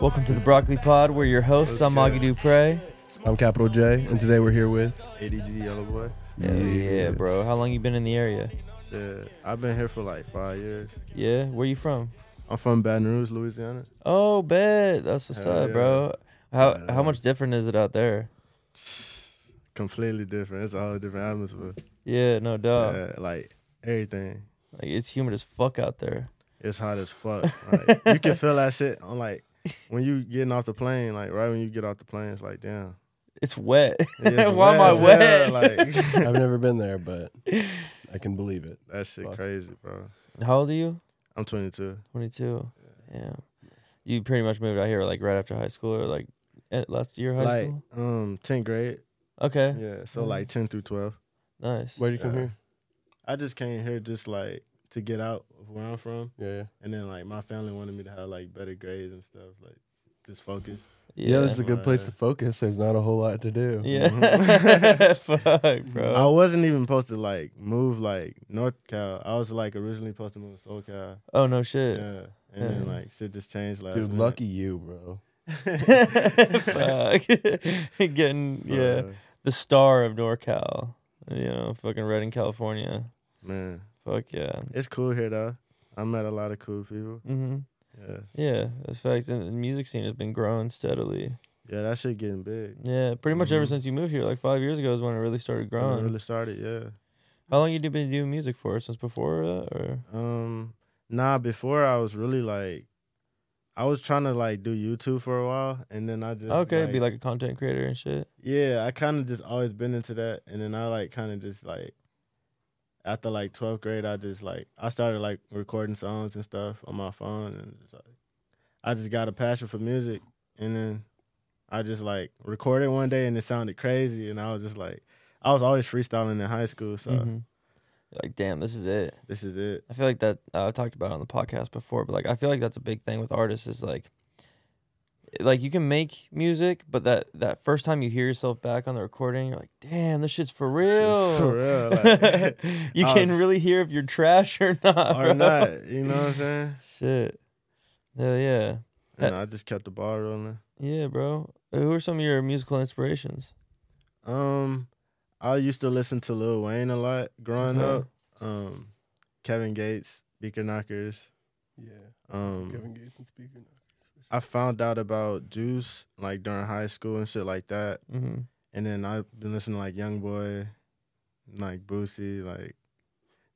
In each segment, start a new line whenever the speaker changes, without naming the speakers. Welcome to the Broccoli Pod. We're your hosts. I'm Augie Dupre.
I'm Capital J, and today we're here with.
ADG Yellow Boy.
Yeah, yeah, bro. How long you been in the area?
Shit. I've been here for like five years.
Yeah, where you from?
I'm from Baton Rouge, Louisiana.
Oh, bet. That's what's
Hell
up,
yeah.
bro. How
Hell
how
yeah.
much different is it out there?
Completely different. It's a whole different atmosphere.
Yeah, no doubt.
Yeah, like everything.
Like it's humid as fuck out there.
It's hot as fuck. Like, you can feel that shit on like when you getting off the plane, like right when you get off the plane, it's like damn.
It's wet.
It's
Why am I
as
wet?
hell, like
I've never been there, but I can believe it.
that shit
Fuck.
crazy, bro.
How old are you?
I'm 22.
22. Yeah. You pretty much moved out here like right after high school or like at last year of high
Like
school.
um 10th grade.
Okay.
Yeah. So
Mhm.
like 10 through 12.
Nice.
Where'd you come
Yeah.
here?
I just came here just like to get out of where I'm from.
Yeah, yeah.
And then like my family wanted me to have like better grades and stuff, like just focus.
Yeah, this is a
Uh,
good place to focus. There's not a whole lot to do.
Yeah. Fuck,
I
bro.
wasn't even supposed to like move like North Cal. I was like originally supposed to move to Soul Cal.
Oh no shit.
Yeah. And then
Yeah.
like shit just changed last
Dude,
minute.
lucky you, bro.
Fuck. Getting yeah,
Uh,
the star of NorCal. You know, fucking red in California.
Man.
Fuck yeah.
It's cool here though. I met a lot of cool people.
hmm
Yeah.
Yeah, that's facts. And the music scene has been growing steadily.
Yeah, that shit getting big.
Yeah, pretty much ever
Mhm.
since you moved here, like five years ago, is when it really started
When
growing.
it really started, yeah.
How long you do- been doing music for? Since before that, or
Um, nah. Before I was really like, I was trying to like do YouTube for a while, and then I just
okay, be like a content creator and shit.
yeah. I kind of just always been into that, and then I like kind of just like after like twelfth grade, I just like I started like recording songs and stuff on my phone, and just, like I just got a passion for music, and then I just like recorded one day, and it sounded crazy, and I was just like. I was always freestyling in high school, so
Mhm. Like, damn, this is it.
this is it.
I feel like that uh, I've talked about it on the podcast before, but like I feel like that's a big thing with artists is like like you can make music, but that that first time you hear yourself back on the recording, you're like, damn, this shit's for real.
for real. Like,
you
I
can
was-
really hear if you're trash or not. bro.
or not. You know what I'm saying?
Shit. Hell yeah.
And I just kept the ball rolling.
Yeah, bro. Uh, Who are some of your musical inspirations?
Um, I used to listen to Lil Wayne a lot growing
Okay.
up. Um, Kevin Gates, Beaker Knockers.
Yeah.
Um,
Gates and Speaker.
I found out about Juice like during high school and shit like that.
Mm-hmm.
And then I've been listening to like Young Boy, like Boosie, like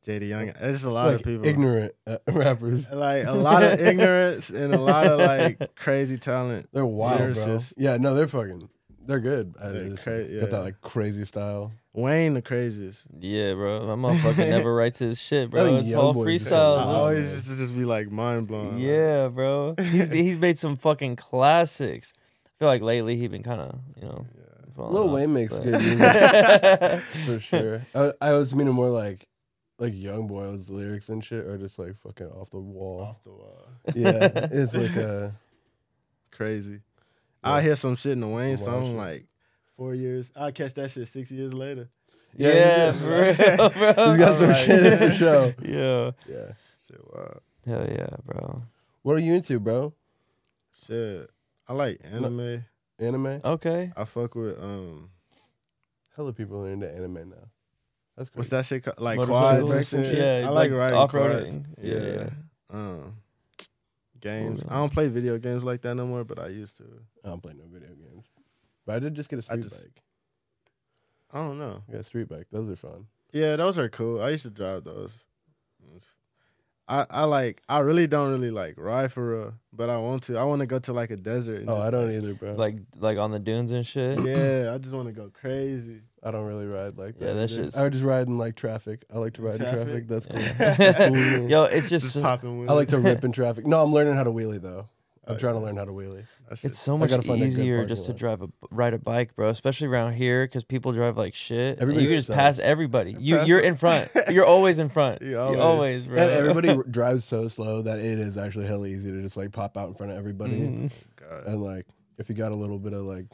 JD Young. It's just a lot
Like
of people.
ignorant uh, rappers.
Like a lot of ignorance and a lot of like crazy talent.
They're wild, bro.
Lyricists.
Yeah, no, they're fucking. They're good. I
They're
just
cra- yeah.
Got that like crazy style.
Wayne the craziest.
Yeah, bro. My motherfucker never writes his shit,
I
bro.
think
It's all
Youngboy just-
I
freestyles.
Oh,
It's-
always used to just be like mind blown. like,
Yeah, bro. He's he's made some fucking classics. I feel like lately he's been kind of you know.
yeah.
falling
Lil
off,
Wayne makes
but-
good music for sure. I, I was meaning more like like Young Boy's lyrics and shit are just like fucking off the wall.
off the wall.
yeah, it's like a
Crazy.
Yeah.
I hear some shit in the Wayne
Wild
song
shit.
like four years. I catch that shit six years later.
Yeah, for real, bro.
we got some
Alright.
shit for show.
Yeah.
Yeah.
Shit, wow.
Hell yeah, bro.
What are you into, bro?
Shit. I like anime.
Anime?
Okay.
I fuck with um.
Hella people are into anime now. That's
What's
crazy.
that shit called? like
Motorcycles
quads and
and
shit?
shit.
I like, riding quads.
off-roading. Yeah.
Yeah.
yeah.
Um, games.
Hold
I
on.
don't play video games like that no more, but I used to.
I don't play no video games, but I did just get a
I
street
just-
bike.
I don't know.
I got a street bike. Those are fun.
Yeah, those are cool. I used to drive those. I, I like I really don't really like ride for real, but I want to. I want to go to like a desert. and
Oh,
just,
I don't either, bro.
Like like on the dunes and shit.
Yeah, I just want to go crazy.
I don't really ride like that.
Yeah, that
either.
shit's-
I would just ride in like traffic. I like to ride in
Traffic?
traffic. That's cool.
Yeah.
Cool.
Yo, it's
Just,
just so,
popping.
I like to rip in traffic. No, I'm learning how to wheelie though. I'm
Oh,
trying to learn how to wheelie.
it's so
I
much
gotta find a good
easier
parking
just to
lot.
drive a ride a bike, bro. Especially around here because people drive like shit. Everybody
Everybody
you can just pass
sucks.
everybody. You
Pass-
you're in front. You're always in front.
You
You always,
always.
bro.
And everybody r- drives so slow that it is actually hella easy to just like pop out in front of everybody.
Mhm.
God.
And like, if you got a little bit of like,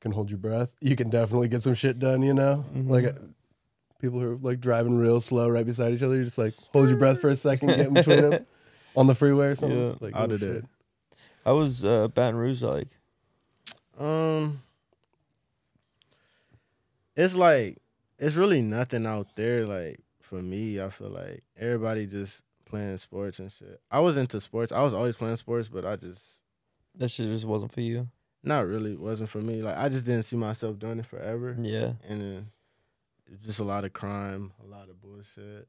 can hold your breath, you can definitely get some shit done. You know,
Mm-hmm.
Mhm.
like uh, people who are like driving real slow right beside each other, you just like hold your breath for a second, get in between them on the freeway or something.
Yeah.
Like,
Out of
oh,
there.
shit.
I was uh, Baton Rouge like?
Um, it's like it's really nothing out there. Like for me, I feel like everybody just playing sports and shit. I was into sports. I was always playing sports, but I just
That shit just wasn't for you.
not really it wasn't for me. Like I just didn't see myself doing it forever.
Yeah.
And then it's just a lot of crime, a lot of bullshit.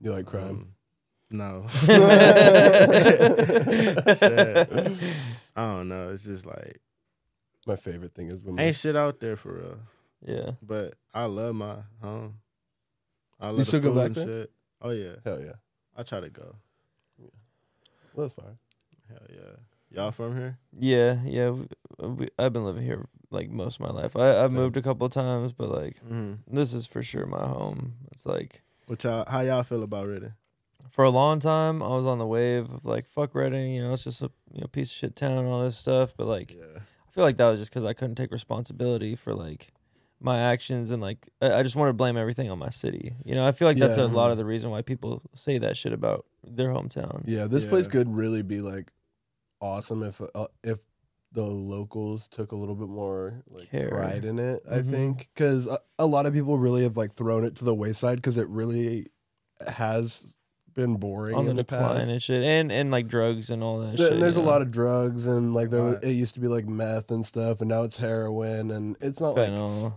You like crime?
Um, no. Shit.
yeah.
I don't know. It's just like
My favorite thing is when my,
ain't shit out there for real. But I love my home. I love
still
the
go
food
back
and
there?
shit. Oh yeah,
hell yeah.
I try to go.
Well, that's fire.
Hell yeah. Y'all from here?
Yeah, yeah. We, we, I've been living here like most of my life. I, I've
Same.
moved a couple of times, but like
Mm-hmm.
this is for sure my home. It's like
What y'all? How y'all feel about Reading?
for a long time I was on the wave of like fuck Reading, you know, it's just a you know piece of shit town and all this stuff. But like
Yeah.
I feel like that was just because I couldn't take responsibility for like my actions and like I I just want to blame everything on my city. You know, I feel like that's
Yeah.
a lot of the reason why people say that shit about their hometown.
Yeah, this place
Yeah.
could really be like awesome if uh, if the locals took a little bit more like
Care.
pride in it. I
Mhm.
think because a, a lot of people really have like thrown it to the wayside because it really has been boring
On the
in the
decline
past.
and shit, and and like drugs and all that.
Th-
shit,
and there's
you
a
know?
lot of drugs and like there was,
Right.
it used to be like meth and stuff and now it's heroin and it's not like
Fentanyl.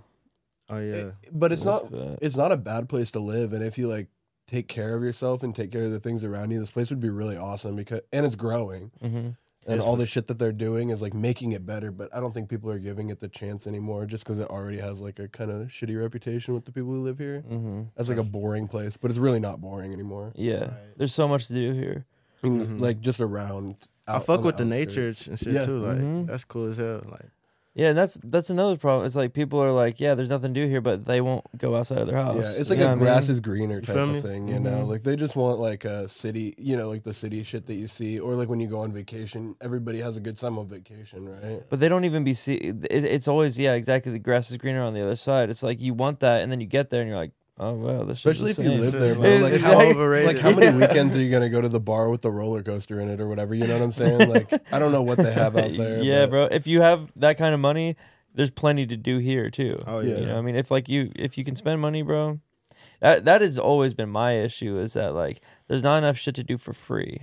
Oh yeah.
it- but it's not
But-
it's not a bad place to live and if you like take care of yourself and take care of the things around you this place would be really awesome because and it's growing
Mhm.
and
Yes,
all
for
the shit that they're doing is like making it better but i don't think people are giving it the chance anymore just because it already has like a kind of shitty reputation with the people who live
Mm,
here
Mhm.
that's like a boring place but it's really not boring anymore
Yeah,
Right.
there's so much to do here.
I mean,
Mhm.
like just around
I
out-
fuck
on
with the,
outskirts.
nature and shit
Yeah. Mm-hmm.
too. Like
Mhm.
that's cool as hell. Like
Yeah, and that's that's another problem. It's like people are like, yeah, there's nothing to do here, but they won't go outside of their house.
Yeah, it's
You
like
know what I
a
mean?
grass is greener type
feel
of
me?
thing, you know.
Mhm.
Like they just want like a city, you know, like the city shit that you see, or like when you go on vacation, everybody has a good time on vacation, right?
But they don't even be see. It, it's always yeah, exactly. The grass is greener on the other side. It's like you want that, and then you get there, and you're like, oh wow, this. shit's
Especially
the
if you
same.
live
It's
there,
just
bro. Like,
it's
how-
so
like,
overrated.
Like how many
Yeah.
weekends are you gonna go to the bar with the roller coaster in it or whatever? You know what I'm saying? Like I don't know what they have out there.
yeah,
but-
bro. If you have that kind of money, there's plenty to do here too.
oh
Yeah.
yeah.
You know, what I mean, if like you if you can spend money, bro. That that has always been my issue is that like there's not enough shit to do for free,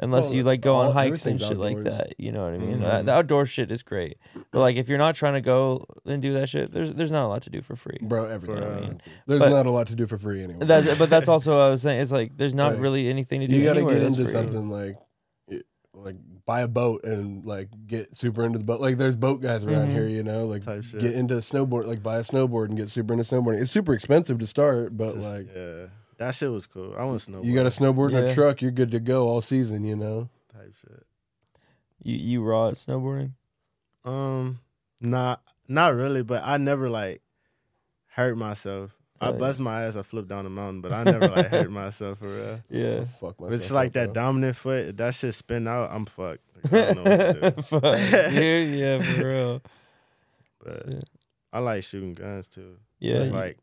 unless
Well,
you like go
all-
on hikes and
everything's
shit like
outdoors. Mm-hmm.
that. You know what I mean?
Mhm.
Uh, the outdoor shit is great, but like if you're not trying to go and do that shit, there's there's not a lot to do for free.
Bro, everything.
For,
is
uh,
expensive. There's
but-
not a lot to do for free anyway.
That, but that's also what I was saying. It's like there's not
Right.
really anything to do.
you gotta
anywhere
get
that's
into
free.
something like it- like buy a boat and like get super into the boat like there's boat guys around
Mhm.
here you know like
Mm-hmm. Type shit.
get into snowboard like buy a snowboard and get super into snowboarding it's super expensive to start but
Just-
like
yeah, that shit was cool. I want to snowboard.
you got a snowboard in
Yeah.
a truck you're good to go all season you know
type shit.
You you raw at snowboarding?
Um, not not really, but I never like hurt myself. I
Really?
bust my ass. I flipped down a mountain, but I never like hurt myself for real.
Yeah.
fuck myself
But it's like
up,
that
bro.
dominant foot. if That shit spin out. I'm fucked. Like, I don't know what to do.
Fuck, dude. Yeah, for real.
But
Shit.
I like shooting guns too.
Yeah.
it's
you-
like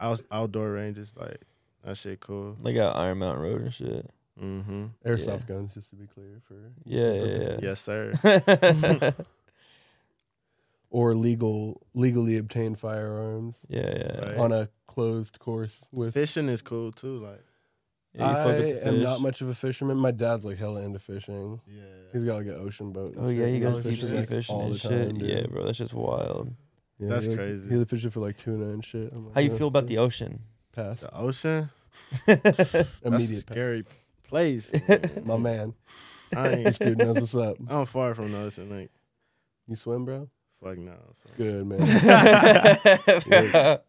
out, outdoor ranges. Like that shit cool.
like at Iron Mountain Road and shit.
Mm-hmm.
airsoft
yeah.
guns just to be clear for
Yeah,
purposes.
yeah,
Yes, sir.
yeah.
or legal legally obtained firearms
Yeah, yeah.
Right.
on a closed course with
Fishing is cool too. Like
Yeah, you
I
fuck with the
am
fish.
not much of a fisherman. My dad's like hella into fishing.
yeah,
He's got like an ocean boat. and
Oh
shit.
yeah, he
He
goes
goes
deep
fishing,
sea
like,
fishing
all
and
the
shit.
time, dude.
yeah, bro, that's just wild.
Yeah,
That's
he, like,
crazy.
He was fishing for like tuna and shit. I'm like,
How you
"Yeah,
feel about the
yeah,
ocean?
pass?
the ocean. That's a
Immediate pass.
scary place.
My man,
I
this
ain't.
dude knows what's up.
I'm far from the ocean. Like
You swim, bro?
fuck no. So.
Good man.
Bro.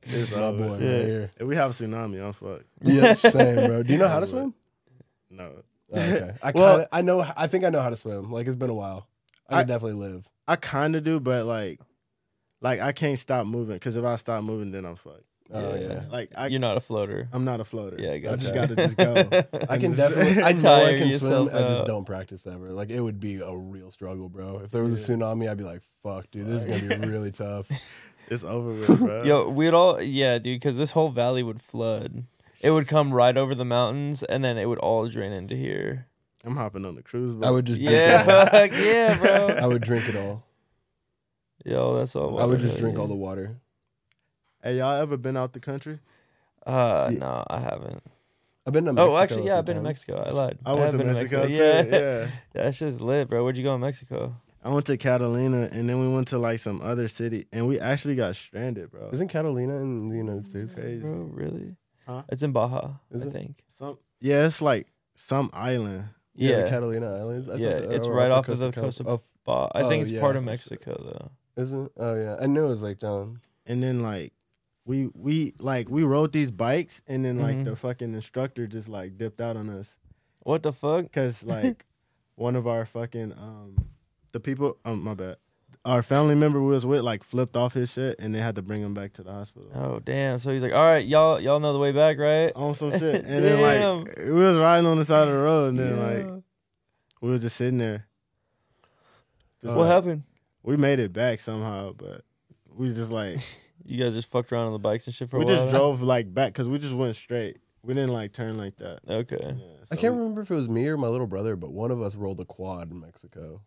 It's
My
over.
boy right
Yeah.
here.
If we have a tsunami, I'm fucked.
Yeah, same, bro. Do you know how to
Yeah,
swim?
No,
Oh, okay. I kind
Well-
of I know. I think I know how to swim. Like it's been a while. I,
I-
could definitely live.
I kind of do, but like, like I can't stop moving because if I stop moving, then I'm fucked.
Oh
Yeah.
yeah.
Like I,
You're not a floater.
I'm not a floater.
Yeah, I
I
got
just
you.
gotta just go.
I can
And-
definitely. I know I
Tire
can swim.
yourself
I just
out.
don't practice ever. Like it would be a real struggle, bro. If there was a
Yeah.
tsunami, I'd be like, "Fuck, dude, this is gonna be really tough."
It's over with, bro.
Yo, we'd all yeah, dude, because this whole valley would flood. It would come right over the mountains, and then it would all drain into here.
I'm hopping on the cruise boat.
I would just drink
Yeah,
it all.
fuck yeah, bro.
I would drink it all.
Yo, that's all.
I would just drink all the water.
Hey, y'all ever been out the country?
Uh,
Yeah.
no, I haven't.
I've been to Mexico.
Oh, actually, yeah,
a
I've been
few
to
times.
Mexico. I lied.
I
have
went to
been
Mexico, too.
Yeah.
Yeah.
that shit's lit, bro. Where'd you go in Mexico?
I went to Catalina and then we went to like some other city and we actually got stranded, bro.
Isn't Catalina in the United States?
Crazy.
Bro, really?
Huh?
It's in Baja,
Is
I
it?
think.
Some yeah, it's like some island.
Yeah,
the Catalina Islands. I thought
Yeah,
they
it's
were
right off
the
of
coast
the
Cali-
coast of-
off-
Ba- I
Oh,
think it's
yeah,
part of
that's what
Mexico though.
isn't? Oh yeah, I knew it was like down.
And then like we we like we rode these bikes and then like
Mhm.
the fucking instructor just like dipped out on us
What the fuck?
cuz like one of our fucking um the people um my bad. Our family member we was with like flipped off his shit and they had to bring him back to the hospital.
Oh damn! So he's like, all right, y'all, y'all know the way back, right?
On some shit. And then like we was riding on the side of the road and then like
Yeah.
we were just sitting there. Just
what
like-
happened?
We made it back somehow, but we just like
You guys just fucked around on the bikes and shit for
we
a while.
just drove like back because we just went straight. We didn't like turn like that.
Okay.
Yeah,
I
so
can't remember if it was me or my little brother, but one of us rolled a quad in Mexico.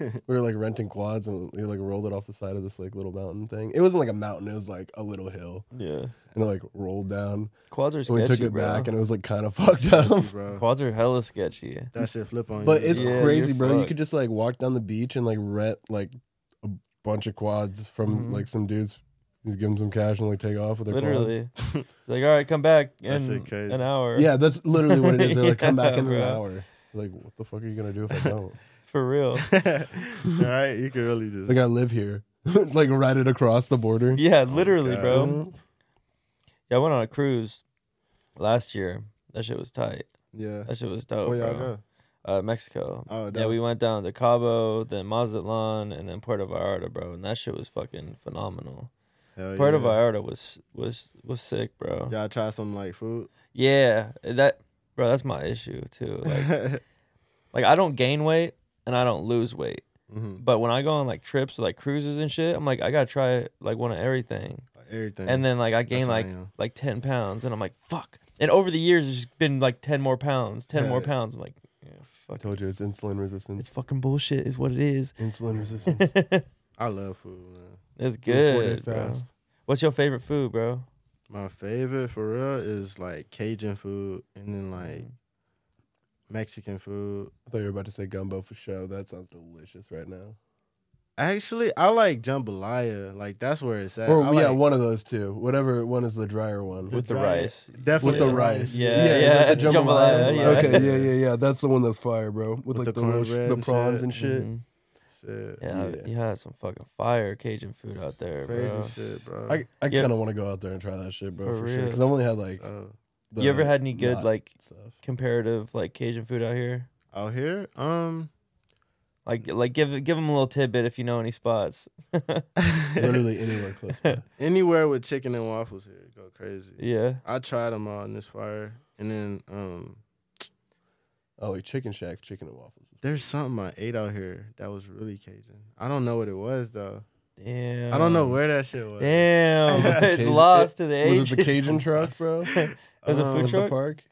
we were like renting quads and we like rolled it off the side of this like little mountain thing. It wasn't like a mountain; it was like a little hill,
Yeah.
and it like rolled down.
Quads are
And
sketchy.
we took it
bro.
back, and it was like kind of fucked up.
we- bro,
Quads are hella sketchy.
that shit flip on
But
you.
it's
Yeah, you're
crazy, bro. You
fucked.
could just like walk down the beach and like rent like a bunch of quads from
Mhm.
like some dudes. You just give them some cash and like take off with their quad.
Literally. it's like, all right, come back
That shit
in
crazy.
an hour.
Yeah, that's literally what it is. They're like, come back
Yeah,
in an
bro.
hour. Like, what the fuck are you gonna do if I don't?
For real.
All right, you can really just.
like, I live here. like, right it across the border.
Yeah,
my
literally,
Oh, God.
bro.
Mhm.
Yeah, I went on a cruise last year. That shit was tight.
yeah.
That shit was dope,
Where y'all
bro.
go?
Uh, Mexico.
Oh, that
yeah, we
was-
went down to Cabo, then Mazatlan, and then Puerto Vallarta, bro. And that shit was fucking phenomenal.
Hell
Puerto
Oh, yeah.
Vallarta was was was sick, bro.
Y'all try some like food.
Yeah, that bro, that's my issue too. Like, like I don't gain weight and I don't lose weight,
Mhm.
but when I go on like trips, like cruises and shit, I'm like I gotta try like one of everything,
Like, everything.
and then like I
That's
gain
how I
like
am.
like ten pounds, and I'm like fuck. And over the years, it's just been like ten more pounds, ten more
Yeah.
pounds. I'm like, yeah,
I
fuck, it.
told you it's insulin resistance.
it's fucking bullshit, is what it is.
insulin resistance.
it's
I love food, man.
good, bro. What's your favorite food, bro?
My favorite for real is like Cajun food, and then like
Mm.
Mexican food.
I thought you were about to say gumbo for show. That sounds delicious right now.
Actually, I like jambalaya. Like that's where it's at.
Or
I
yeah,
like-
one of those two. Whatever one is the drier one.
with the
dry-
rice.
Definitely
with the
Yeah.
rice.
Yeah,
is
yeah,
that The jambalaya.
jambalaya, yeah.
Okay, yeah, yeah, yeah. That's the one that's fire, bro. With, like
the
the, little sh-
cornbread
the
and
prawns
shit.
and shit.
Mhm.
Shit.
Yeah,
Yeah.
you had some fucking fire Cajun food out there,
Crazy
bro.
shit, bro.
I, I
Yeah.
kind of want to go out there and try that shit, bro,
For
for, sure.
real.
Because I've only had like.
So,
the
you ever had any good
knot
like
stuff.
comparative like Cajun food out here?
out here, um,
Like like give give them a little tidbit if you know any spots.
Literally anywhere close. By.
anywhere with chicken and waffles here go crazy.
yeah.
I tried them all in this fire, and then um,
Oh, like chicken shacks, chicken and waffles.
there's something I ate out here that was really Cajun. I don't know what it was though.
Damn.
I don't know where that shit was.
Damn,
The
it's
Cajun-
lost to the
Was
age.
it the Cajun truck, bro?
was a
Um,
food
At the
truck?
park.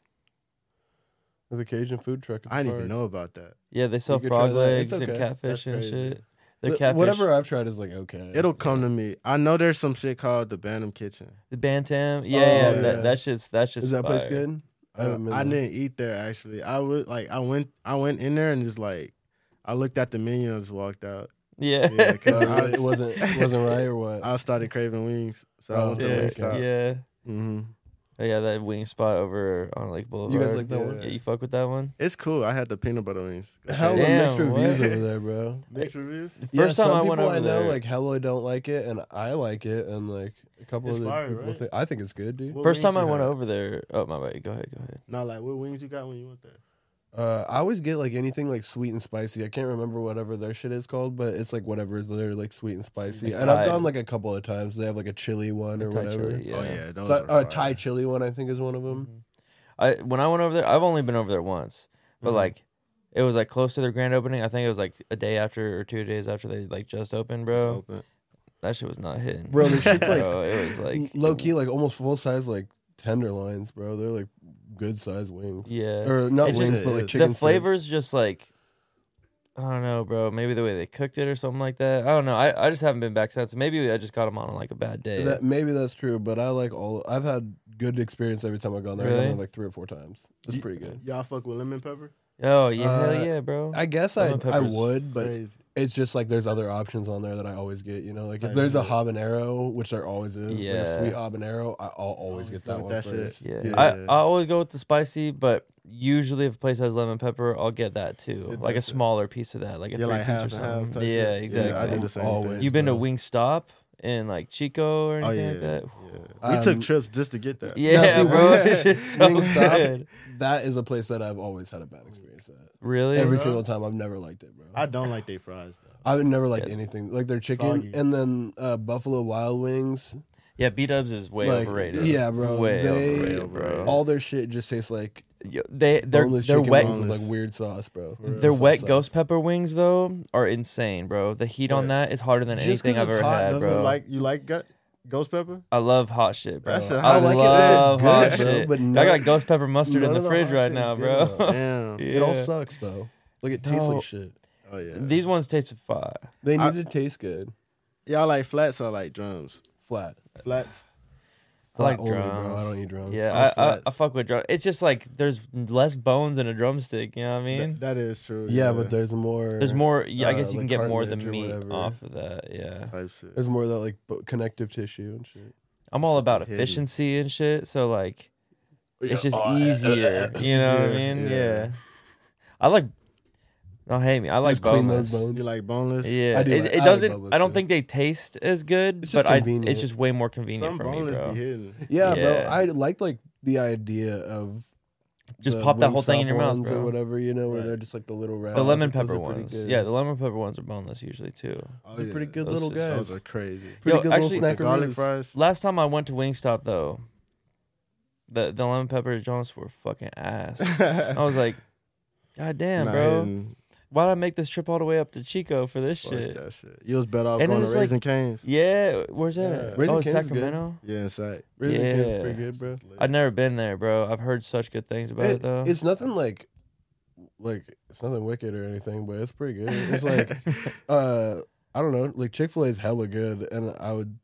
There's a Cajun food truck. At the
I didn't even
park.
know about that.
yeah, they sell
could try
frog
that.
legs
It's
and
okay.
catfish
That's
and
crazy.
shit. The
Th-
catfish,
Whatever I've tried is like okay.
It'll come to me. I know there's some shit called the Bantam Kitchen.
the bantam. Yeah,
Oh,
yeah,
yeah.
That, that shit's that's just
Is that place
fire.
good? I
Uh,
haven't been
I
there.
didn't eat there actually. I would like I went I went in there and just like I looked at the menu and just walked out.
Yeah,
Yeah, 'cause
Uh, it wasn't it wasn't right or what?
I started craving wings, so I
Oh,
went to
yeah,
Wingstop.
yeah.
hmm
Oh, yeah, that wing spot over on Lake Boulevard.
you guys like that one?
Yeah, you fuck with that one.
It's cool. I had the peanut butter wings.
Hella
Damn,
mixed reviews
what?
over there, bro.
Mixed reviews.
The first
yeah,
time
some
I
people
went over
I know
there,
like hella don't like it, and I like it, and like a couple
It's
other
fire,
people
right?
think I think it's good, dude.
What
first
wings
time I
you
went
had?
over there. Oh my bad. Go ahead. Go ahead.
No, like what wings you got when you went there?
Uh, I always get like anything like sweet and spicy. I can't remember whatever their shit is called, but it's like whatever they're like sweet and spicy.
Like
and I've
Thai.
gone like a couple of times. They have like a chili one or
Thai
whatever.
chili, yeah.
Oh, those
So,
were
uh,
fire.
Thai chili one, I think, is one of them.
Mhm. I when I went over there, I've only been over there once, but
Mhm.
Mm-hmm.
like it was like close to their grand opening. I think it was like a day after or two days after they like just opened,
It's
bro.
open.
That shit was not hitting,
Bro, this shit's, like,
Bro, it was like
Low key, like almost full size, like tenderloins, bro. They're like good sized wings.
Yeah.
Or not
It's
wings,
just-
but like
the
chicken
the
strips.
flavors just like I don't know, bro. Maybe the way they cooked it or something like that. I don't know. I, I just haven't been back since. Maybe I just got them on like a bad day.
That, maybe that's true, but I like all. I've had good experience every time I've gone there. I've
Really?
done it like three or four times. It's
Ye-
pretty good.
Y'all fuck with lemon pepper?
oh yeah,
Uh,
hell yeah, bro.
I guess I
Lemon
I
pepper's
would, but
Crazy.
it's just like there's other options on there that I always get. You know, like if
I
there's a
remember.
habanero, which there always is, like
Yeah. Oh,
a sweet habanero, I- I'll always
Always
get
go
that
with
one
that
first.
shit.
yeah.
yeah.
I, I always go with the spicy, but usually if a place has lemon pepper, I'll get that too.
Yeah,
like a
that's it.
smaller piece of that, like a
Yeah,
three
like
piece
half
or
and half
something.
type
yeah,
shit.
exactly.
Yeah, I do the same
thing.
You've been to Wingstop in like Chico or
Oh
anything
yeah,
like that?
yeah. we
Um,
took trips just to get that.
Yeah,
see,
bro.
Wingstop-
It's just so
Wingstop-
good.
That is a place that I've always had a bad experience at.
Really?
Every
bro.
single time, I've never liked it, bro.
I don't like they fries though.
I've never liked
Yeah.
anything like their chicken,
Soggy.
and then uh, Buffalo Wild Wings.
yeah, B Dubs is way
Like,
overrated.
yeah, bro,
Way
they-
overrated, bro.
All their shit just tastes like
Yo, they they're
boneless
they're
chicken
wet.
wings with like
Boneless.
weird sauce, bro.
real.
Their
Sauce
wet
sauce.
ghost pepper wings though are insane, bro. The heat on that is harder than
Just 'cause
anything I've
it's
ever
hot
had,
doesn't,
bro.
Like you like gut, ghost pepper?
I love hot shit, bro.
That's a-
I,
I like it if it's
love
good,
hot
bro,
shit.
but
I
none-
got ghost pepper mustard in
none
the
of the
fridge
hot
right
shit is
now,
good,
bro.
though.
Damn.
It all
Yeah.
sucks though. Like it tastes
No.
like shit.
Oh yeah.
These ones taste fire.
They need
I-
to taste good.
y'all like flats or like drums?
Flat.
Flats.
I
Flat
like
only, bro. I
drums.
don't eat drums.
Yeah, I, I,
flats.
I fuck with drum. It's just like there's less bones in a drumstick. You know what I
Th-
mean?
that is true.
Yeah, but there's more.
there's more. Yeah, I
uh,
guess you
like
can get more
cartilage
than
or
meat
whatever.
off of that. Yeah,
type shit.
There's more of that like bo- connective tissue and shit.
I'm all about
Hidden.
efficiency and shit. So like, it's just
oh,
easier. You know what I
Easier,
mean? Yeah.
yeah.
I like. Don't hate me. I like
Just clean
boneless.
those bones.
You like boneless?
Yeah,
I do
it,
like-
it
I like
doesn't.
boneless
I don't
too.
think they taste as good,
It's just
but I,
convenient.
it's just way more convenient
Some
for me,
boneless
bro.
be hidden.
Yeah,
Yeah.
bro. I like like the idea of
Just
the
pop that whole thing in
Wingstop
your mouth,
ones or
bro.
whatever. You know, where
Right.
they're just like the little rounds.
The lemon
like, those
pepper
are pretty
ones.
good.
Yeah, the lemon pepper ones are boneless usually too.
Oh,
Those are
yeah.
pretty good
Those
little
just- those
guys.
Those are crazy.
Pretty
Yo,
good
actually-
little
The garlic
snackaroos.
fries.
Last time I went to Wingstop though, the the lemon pepper joints were fucking ass. I was like, God damn,
Not
bro.
hidden.
Why did I make this trip all the way up to Chico for this
Fuck
shit?
that shit. You was better off
And
going to
it's like-
Raising Cane's.
Yeah, where's that?
Yeah.
At?
Raising
oh, it's
Cane's is good.
Sacramento.
Yeah, inside.
Raisin Cane's is
Yeah.
pretty good, bro.
I've never been there, bro. I've heard such good things about it,
It-
though.
It's nothing like like it's nothing wicked or anything, but it's pretty good. It's like uh I don't know, like Chick Fil A is hella good, and I would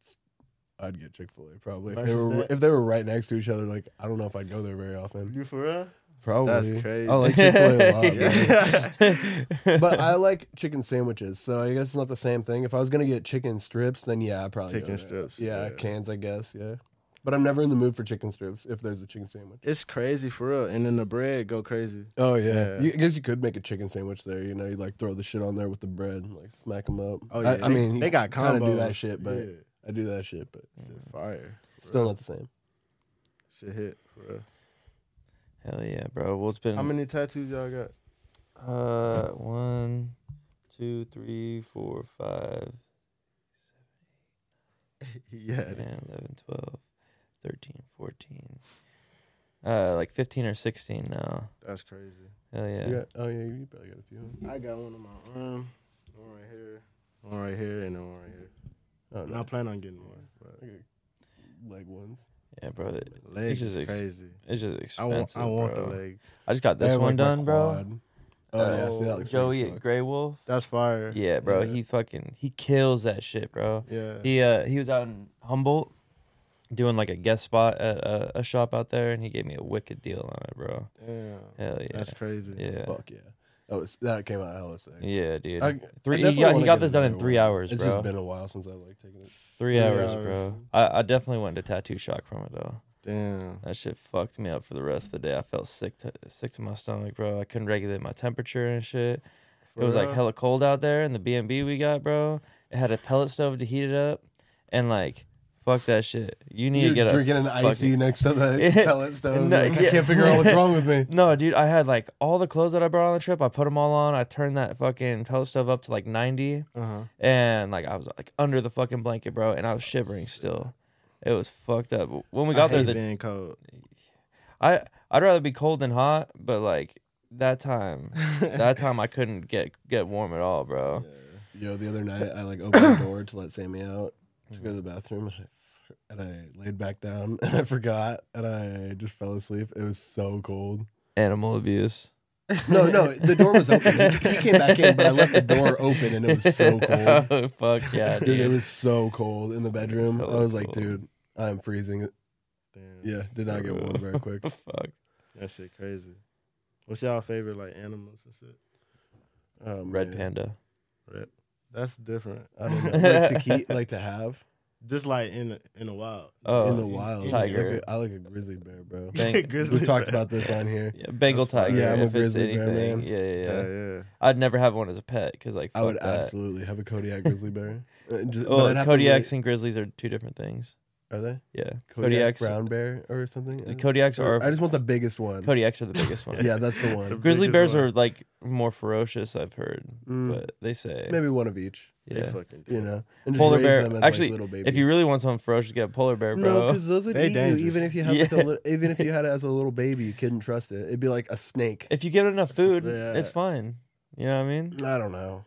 I'd get Chick Fil A probably if they
Versus
were
that?
if they were right next to each other. Like I don't know if I'd go there very often.
You for real?
Probably
That's crazy.
I like Chick Fil A a lot, man.
Yeah.
but I like chicken sandwiches, so I guess it's not the same thing. If I was gonna get chicken strips, then yeah, I probably go
Chicken
there.
strips,
Yeah,
yeah.
cans, I guess. Yeah, but I'm never in the mood for chicken strips if there's a chicken sandwich.
It's crazy for real. And then the bread go crazy.
Oh yeah.
Yeah.
You, I guess you could make a chicken sandwich there. You know, you like throw the shit on there with the bread, and, like smack them up.
Oh yeah.
I, I
they-
mean,
they got
kind
combos.
of do that shit, but
yeah.
I do that shit, but
Mm.
Shit fire. for
still
real.
not the same.
shit hit for real.
Hell yeah, bro. Well, it's been
How many tattoos y'all got?
uh one, two, three, four, five,
yeah.
10, 11, 12, 13, 14. Uh, like 15 or 16 now.
That's crazy.
Hell yeah.
You got- oh yeah, you probably got a few.
I got one on my arm, one right here, one right here, and then one right here.
Oh
And I
no,
plan on getting more. But
I got leg ones.
Yeah, bro. It,
legs
This is
is
ex-
crazy.
it's just
I want,
expensive.
I want
bro.
the legs.
I just got
They
this
have,
one
like, my
done, bro.
quad. Oh yeah, see that looks
Joey
sick as
at
fuck.
Grey Wolf.
That's fire.
Yeah, bro.
Yeah.
He fucking he kills that shit, bro.
Yeah.
He uh he was out in Humboldt doing like a guest spot at a, a shop out there, and he gave me a wicked deal on it, bro.
Damn.
Hell yeah.
That's crazy.
yeah.
Fuck yeah. Oh, it's, that came out hella sick.
Yeah, dude.
I- I
three. He
definitely
got, he
wanna
got
get
this done in
another
three
one.
hours,
It's
bro.
just been a while since I like taken it.
Three
Three
hours,
hours.
bro. I, I definitely went into tattoo shock from it though.
Damn.
That shit fucked me up for the rest of the day. I felt sick to sick to my stomach, bro. I couldn't regulate my temperature and shit. it
For
was like
real?
hella cold out there, and the B and B we got, bro, it had a pellet stove to heat it up, and like, fuck that shit. You need to
You're
get
drinking
a
an
fucking-
icy next to the
Yeah.
pellet stove.
No,
like,
yeah.
I can't figure out what's wrong with me.
No, dude, I had like all the clothes that I brought on the trip. I put them all on. I turned that fucking pellet stove up to like ninety,
Uh-huh.
and like I was like under the fucking blanket, bro, and I was shivering still. It was fucked up. When we
We
got
got
there, the
being cold.
I I'd rather be cold than hot, but like that time, that time I couldn't get get warm at all, bro.
Yo, the other night I like opened the door to let Sammy out to go to the bathroom, and I and I laid back down and I forgot and I just fell asleep. It was so cold.
Animal abuse.
No, no, the door was open. He he came back in, but I left the door open and it was so cold.
oh, fuck yeah,
Dude, it
dude.
was so cold in the bedroom. I
Hella
was like,
cold.
dude, I'm freezing.
Damn.
Yeah, did not get warm very quick.
fuck.
That shit crazy. What's y'all favorite like animals and shit?
Um,
Red panda.
Rip. That's different.
I don't know. Like to keep, like to have
Just like in the- in the wild.
Oh,
in the wild.
tiger.
Like a- I like a grizzly bear, bro.
Bang-
Grizzly
We talked
bear.
about this on here.
Yeah, Bengal
That's fine.
tiger.
Yeah, I'm a
if it's
grizzly bear
anything.
man.
Yeah, yeah, yeah,
Yeah, yeah.
I'd never have one as a pet because like
I would
fuck that.
absolutely have a Kodiak grizzly bear. Uh, just- but
Well,
I'd have to
Kodiaks and grizzlies are two different things.
wait- are they
Yeah,
Kodiak
Kodiaks.
brown bear or something?
the Kodiaks
Or-
are
I just want the biggest one.
Kodiaks are the biggest one.
Yeah, that's the one.
grizzly
biggest
bears
one.
are like more ferocious. I've heard,
Mm,
but they say
maybe one of each.
They
yeah.
fucking
You
do.
know, and
Polar
raise
bear-
them as,
actually,
little babies.
If you really want something ferocious, get a polar bear,
no,
bro.
because those would
They
eat you. Even
dangerous.
if you had like a
Yeah.
little, even if you had it as a little baby, you couldn't trust it. It'd be like a snake.
if you give it enough food,
Yeah.
it's fine. You know what I mean?
I don't know.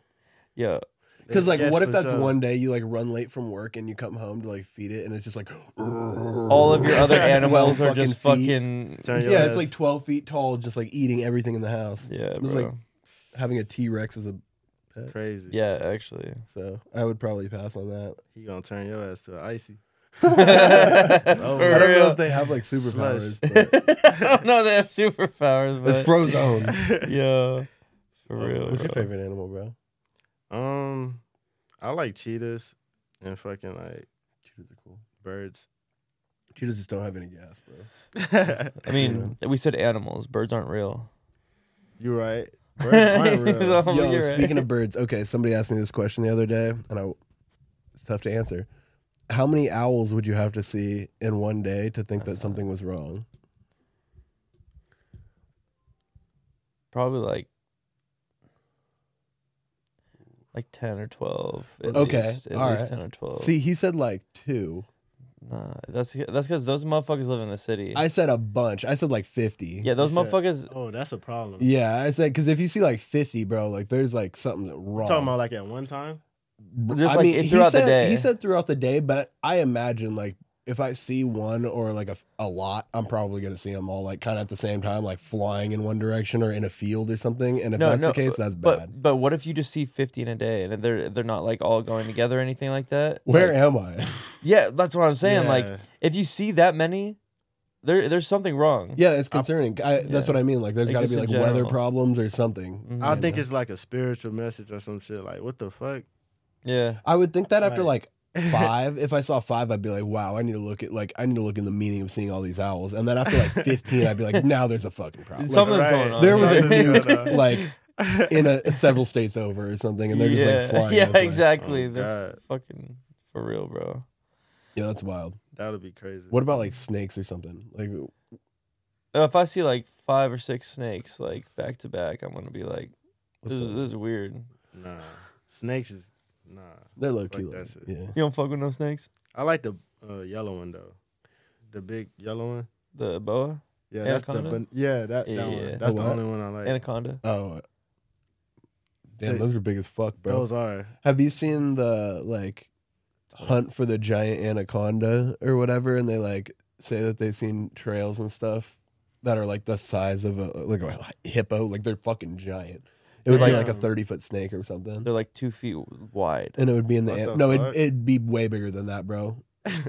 Yeah.
Because like,
Yes,
what if
for
that's
sure.
one day you like run late from work and you come home to like feed it and it's just like
All of your other
Twelve
animals are just
fucking feet.
fucking.
Turn your
Yeah,
ass.
it's like twelve feet tall, just like eating everything in the house.
Yeah,
was
bro.
like- Having a T Rex is a pet.
crazy.
yeah, actually.
So I would probably pass on that.
He gonna turn your ass to icy.
For
I don't know
real.
if they have like superpowers. But
I don't know if they have superpowers, but
it's frozen.
yeah, for
Oh,
real.
What's your
bro.
favorite animal, bro?
Um, I like cheetahs and fucking like
Cheetahs are cool.
birds.
Cheetahs just don't have any gas, bro.
I mean, we said animals. Birds aren't real.
you right. Birds aren't real.
He's all- Oh,
Yo,
you're right.
speaking of birds, okay, somebody asked me this question the other day, and I it's tough to answer. How many owls would you have to see in one day to think that something was wrong?
Probably like like ten or twelve. At
Okay,
least, at
all
least
right.
ten or twelve.
See, he said like two.
nah, that's that's because those motherfuckers live in the city.
I said a bunch. I said like fifty.
yeah, those
You said-
motherfuckers.
Oh, that's a problem.
Yeah, I said because if you see like fifty, bro, like there's like something wrong.
Talking about like at one time.
Just, like, it- throughout the
he said,
day.
He said throughout the day, but I imagine like if I see one or like a, a lot, I'm probably gonna see them all like kind of at the same time, like flying in one direction or in a field or something. And if
No,
that's
no,
the case, that's bad.
But but what if you just see fifty in a day and they're they're not like all going together or anything like that?
Where
Like,
am I?
yeah, that's what I'm saying.
Yeah.
Like if you see that many, there there's something wrong.
yeah, it's concerning. I, That's
Yeah.
what I mean. Like, there's
Like,
got to
just
be
in
like weather
general.
problems or something.
Mhm.
I
Yeah.
think it's like a spiritual message or some shit. Like what the fuck?
Yeah.
I would think that after like five, if I saw five, I'd be like, wow, I need to look at like I need to look in the meaning of seeing all these owls. And then after like fifteen, I'd be like, now there's a fucking problem. Like,
Something's
Right.
going on.
there was a
Something's
nuke
going on.
like in a several states over or something, and they're
yeah.
just like flying.
Yeah,
over.
exactly.
Oh,
They're
God,
fucking for real, bro.
Yeah, that's wild.
that would be crazy.
What about like snakes or something? Like,
Uh, If I see like five or six snakes like back to back, I'm gonna be like,
what's
this is,
the-
this is weird. You
Nah, snakes is nah.
they're low key.
Like,
Like,
that's it.
yeah,
don't fuck with no snakes.
I like the uh, yellow one though, the big yellow one.
The boa,
Yeah, that's the
Anaconda?
ban- yeah that, that
Yeah.
one. That's
The
the
what?
only one I like.
anaconda.
Oh, damn,
They-
those are big as fuck, bro.
Those are
Have you seen the like hunt for the giant anaconda or whatever? And they like say that they've seen trails and stuff that are like the size of a like a hippo. Like they're fucking giant. It would be
Like-
like a thirty foot snake or something.
They're like two feet wide.
And it would be in the,
What
an-
the
no,
fuck?
it'd, it'd be way bigger than that, bro.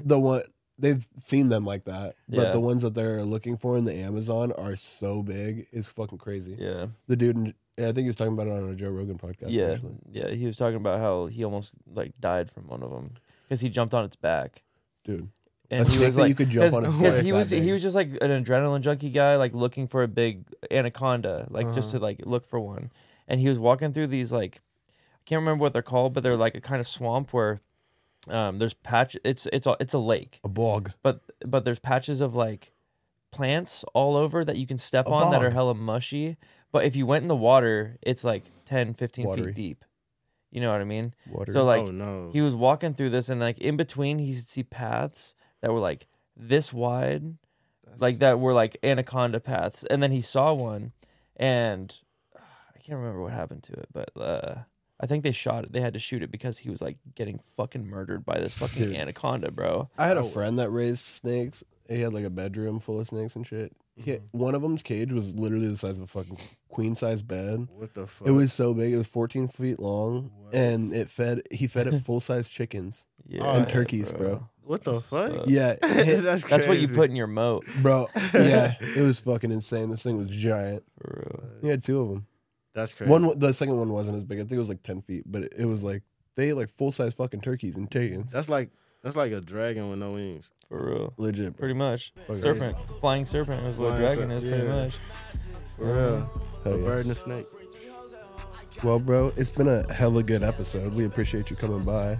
the one they've seen them like that, but
Yeah.
the ones that they're looking for in the Amazon are so big, it's fucking crazy.
Yeah,
The dude, in, I think he was talking about it on a Joe Rogan podcast.
yeah,
actually.
yeah. He was talking about how he almost like died from one of them because he jumped on its back.
dude,
And
a
he
snake
was
that
like,
you could jump on its
because
back
he
that
was he
big.
was just like an adrenaline junkie guy, like looking for a big anaconda, like just
Uh-huh.
to like look for one. And he was walking through these like I can't remember what they're called, but they're like a kind of swamp where um there's patch. It's it's a, it's a lake,
a bog.
but but there's patches of like plants all over that you can step
A
on that are
bog.
hella mushy. But if you went in the water, it's like 10, 15
Watery.
feet deep. You know what I mean?
Water.
So like
oh no.
he was walking through this and like in between he could see paths that were like this wide like that were like anaconda paths and then he saw one and i can't remember what happened to it but uh I think they shot it. They had to shoot it because he was like getting fucking murdered by this fucking
Dude.
anaconda, bro.
I had a
Oh.
friend that raised snakes. He had like a bedroom full of snakes and shit. He had-
Mhm.
one of them's cage was literally the size of a fucking queen size bed.
What the fuck?
It was so big. It was 14 feet long,
What?
and it fed. He fed it full size chickens.
Yeah,
And
turkeys, bro.
What the fuck?
So-
Yeah, it-
That's
That's what you
crazy.
put in your moat,
bro. Yeah, it was fucking insane. This thing was giant.
bro.
He had two of them.
That's crazy.
One, wa- the second one wasn't as big. I think it was like 10 feet, but it, it was like they ate like full size fucking turkeys and chickens.
That's like that's like a dragon with no wings.
For real.
Legit. bro.
Pretty much.
Fucking
Serpent. Flying serpent is what
Flying
dragon is,
serpent,
pretty
yeah.
much.
For real.
Hell
a
yeah.
bird and a snake.
Well, bro, it's been a hella good episode. We appreciate you coming by.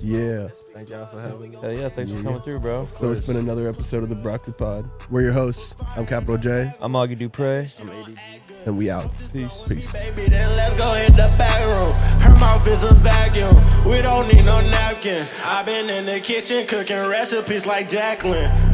Yeah.
Thank y'all for having me.
Hell yeah, thanks for
Yeah.
coming through, bro.
So it's been another episode of the Broccoli Pod. We're your hosts. I'm Capital J,
I'm Augie Dupre.
I'm ADG.
and we out.
Peace.
Peace.
Baby, then let's go in the back room. Her mouth is a vacuum. We don't need no napkin. I've been in the kitchen cooking recipes like Jacqueline.